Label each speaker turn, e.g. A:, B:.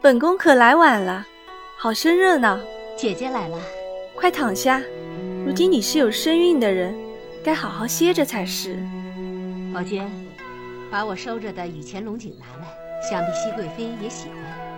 A: 本宫可来晚了，好生热闹。
B: 姐姐来了，
A: 快躺下。如今你是有身孕的人，该好好歇着才是。
B: 宝娟，把我收着的《倚乾龙井》拿来，想必熹贵妃也喜欢。